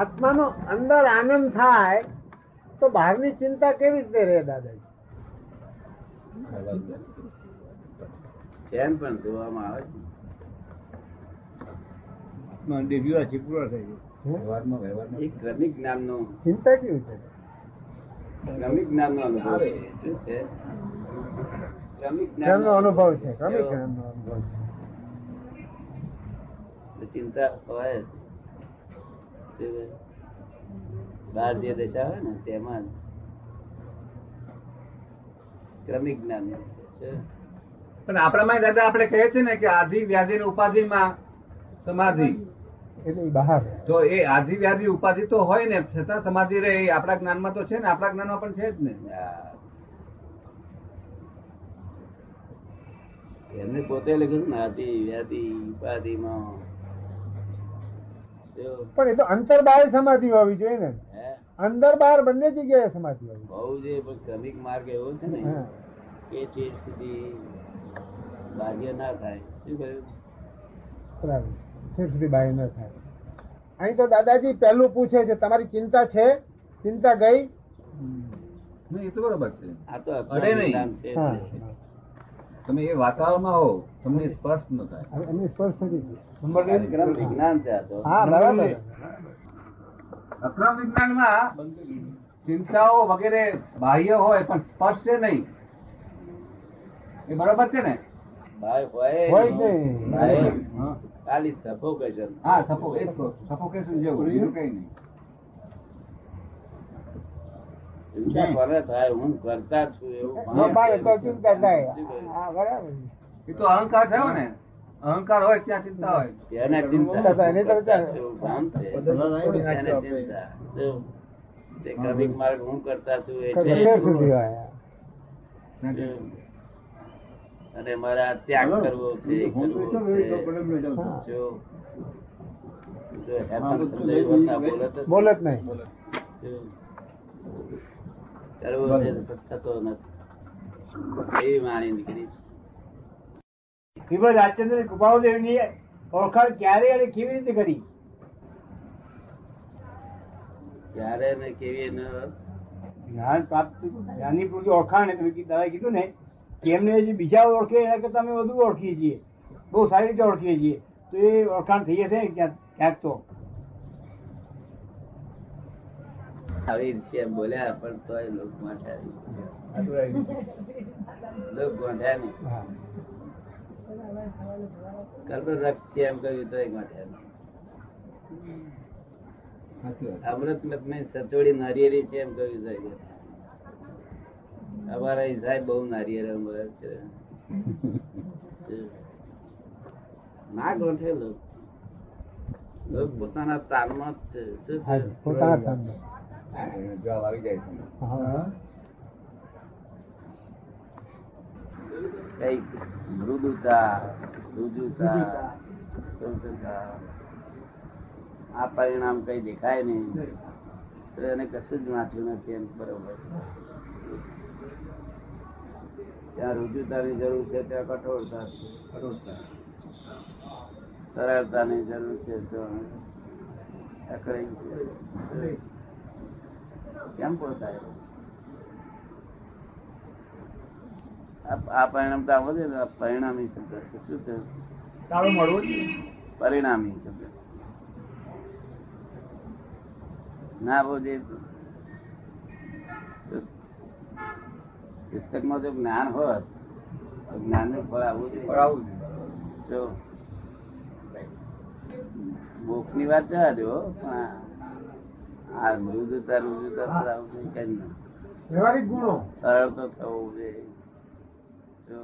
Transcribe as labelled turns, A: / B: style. A: આત્માનો અંદર આનંદ થાય તો બહારની ચિંતા કેવી રીતે રહે દાદાજી
B: એમ પણ જોવામાં આવે છે.
C: માં ડેબ્યુ આજે પૂરો થઈ ગયો
A: હમ?
D: વ્યવહારમાં વ્યવહારમાં
B: એ ક્રમિક જ્ઞાનનો
A: ચિંતા કેવી છે
B: ક્રમિક જ્ઞાનનો અનુભવ છે. શું છે ક્રમિક
A: એમનો
B: જ્ઞાનનો
A: અનુભવ છે ગમે
B: એવો
A: છે એમનો અનુભવ છે
B: ચિંતા હોય જ. બહાર જે દશા હોય ને તેમાં જ ક્રમિક જ્ઞાન છે.
C: પણ આપણામાં દાદા આપણે કહે છે ને કે આધિ વ્યાધિ ને ઉપાધિમાં સમાધિ
A: એટલે ઈ બહાર રહે.
C: તો એ આધિ વ્યાધિ ઉપાધિ તો હોય ને છતાં સમાધિ રહે એ આપણા જ્ઞાનમાં તો છે ને આપણા જ્ઞાનમાં પણ છે જ ને
B: આ. એમને પોતે લખ્યું છે ને આદિ વ્યાધિ ઉપાધિમાં જો,
A: પણ એ તો અંતર બહાર સમાધિ હોવી જોઈએ ને
B: હે
A: અંદર બહાર બંને જગ્યાએ સમાધિ હોવી
B: બહુ જે પણ ક્રમિક માર્ગ એવો છે
A: જોઈએ
B: ને
A: હા.
B: કે ચીજ સુધી બાહ્ય ના થાય શું કહ્યું
A: બરાબર છેક સુધી બહાર ન થાય અહીં તો દાદાજી પહેલું પૂછે છે તમારી ચિંતા છે ચિંતા ગઈ
C: નહીં, એ તો બરોબર છે
B: આ તો
C: અડે
B: અજ્ઞાનનું
C: નહીં.
B: જ્ઞાન છે
A: હા
C: તમે એ વાતાવરણમાં હો તમને સ્પર્શ ન થાય
A: હવે એમની સ્પર્શ થઈ ગઈ
B: કાર્યક્રમ વિજ્ઞાન છે આ તો
A: હા બરાબર
C: અક્રમ વિજ્ઞાનમાં ચિંતાઓ વગેરે બાહ્ય હોય પણ સ્પર્શ છે નહીં એ બરોબર છે ને
B: ભાઈ હોય
A: હોય જ નહીં.
B: ભાઈ ખાલી suffocation.
C: હા સપો એ જ કહું. Suffocation જેવું બીજું કંઈ નહીં
B: ચિંતા કોને થાય હું કરતા જ છું એવું ભાન
A: બાપા એ
B: છે.
A: તો ચિંતા થાય
B: શું કહ્યું?
A: હા બરાબર
C: એ તો અહંકાર થયો ને અહંકાર હોય ત્યાં ચિંતા હોય
B: એને ચિંતા
A: ચિંતા થાય, એની તો
B: કરતા જ છું એવું ભાન છે.
D: છોડી
B: એને
D: નાખ્યો આપણે.
B: ચિંતા. જો, તે ક્રમિક માર્ગ હું કરતા છું એ છે
A: છેક સુધી હોય
B: જો. અને મારે આ ત્યાગ કરવો છે એ
D: હું તો એટલો
B: કરવો
D: વેડો પડેલો વેડો
B: છે.
D: છું.
A: હા.
B: જો જો હેમંત સંજય વર્તા બોલત
A: બોલે જ
B: જ
A: નહીં
B: જો. કરવો છે તો થતો નથી એવી મારી નીકળી છે.
E: શ્રીમદ આચાર્ય કૃપાળદેવની ઓળખાણ ક્યારે અને કેવી રીતે કરી
B: ક્યારે ને કેવી ન
E: જ્ઞાન પ્રાપ્ત જ્ઞાનની પૂરતી ઓળખાણ એટલે મેં કીધું- દાદાએ કીધું ને કે એમને જે બીજા ઓળખે એના કરતા અમે વધુ ઓળખીએ છીએ બહુ સારી રીતે ઓળખીએ છીએ તો એ ઓળખાણ થઈ જશે ને ક્યાંક ક્યાંક તો
B: આવી રીતે એમ બોલ્યા પણ તોય લોક ગોંઠ્યા નહીં. લોક ગોંઠ્યા નહીં.
A: હા.
B: કલ્પવૃક્ષ છે એમ કહ્યું તોય ગોંઠ્યા નહીં. અમૃતમતની સચોડી નારિયેરી છે એમ કહ્યું છે અમારા અહીં સાહેબ બહુ નારિયેળ અમારે છે ના ગોઠે લોક લોક પોતાના તાલમાં જ છે. શું છે?
A: હા, પોતાના સામે.
D: જવાબ આવી જાય છે
A: હા.
B: કઈ મૃદુતા રુજુતા ચંચુતા. આ પરિણામ કઈ દેખાય નહીં તો એને કશું જ વાંચ્યું નથી એમ બરોબર ત્યાં રુજુતાની જરૂર છે ત્યાં કઠોરતા છે. સરળતાની જરૂર છે તો અકળાઈ છે. કેમ પોસાય આ આ પરિણામ તો આવો છે ને, આ પરિણામી શબ્દ છે શું છે
C: તારું મળવું જ નહીં.
B: પરિણામી શબ્દ ના બોજે પુસ્તકમાં જો જ્ઞાન હોત તો જ્ઞાનનું ફળ આવવું જોઈએ જો મોક્ષની વાત જવા દો પણ આ- આ મૃદુતા રુજુતા તો આવું કંઈ જ નહીં.
A: વ્યવહારિક ગુણો
B: સરળ તો થવું જોઈએ જો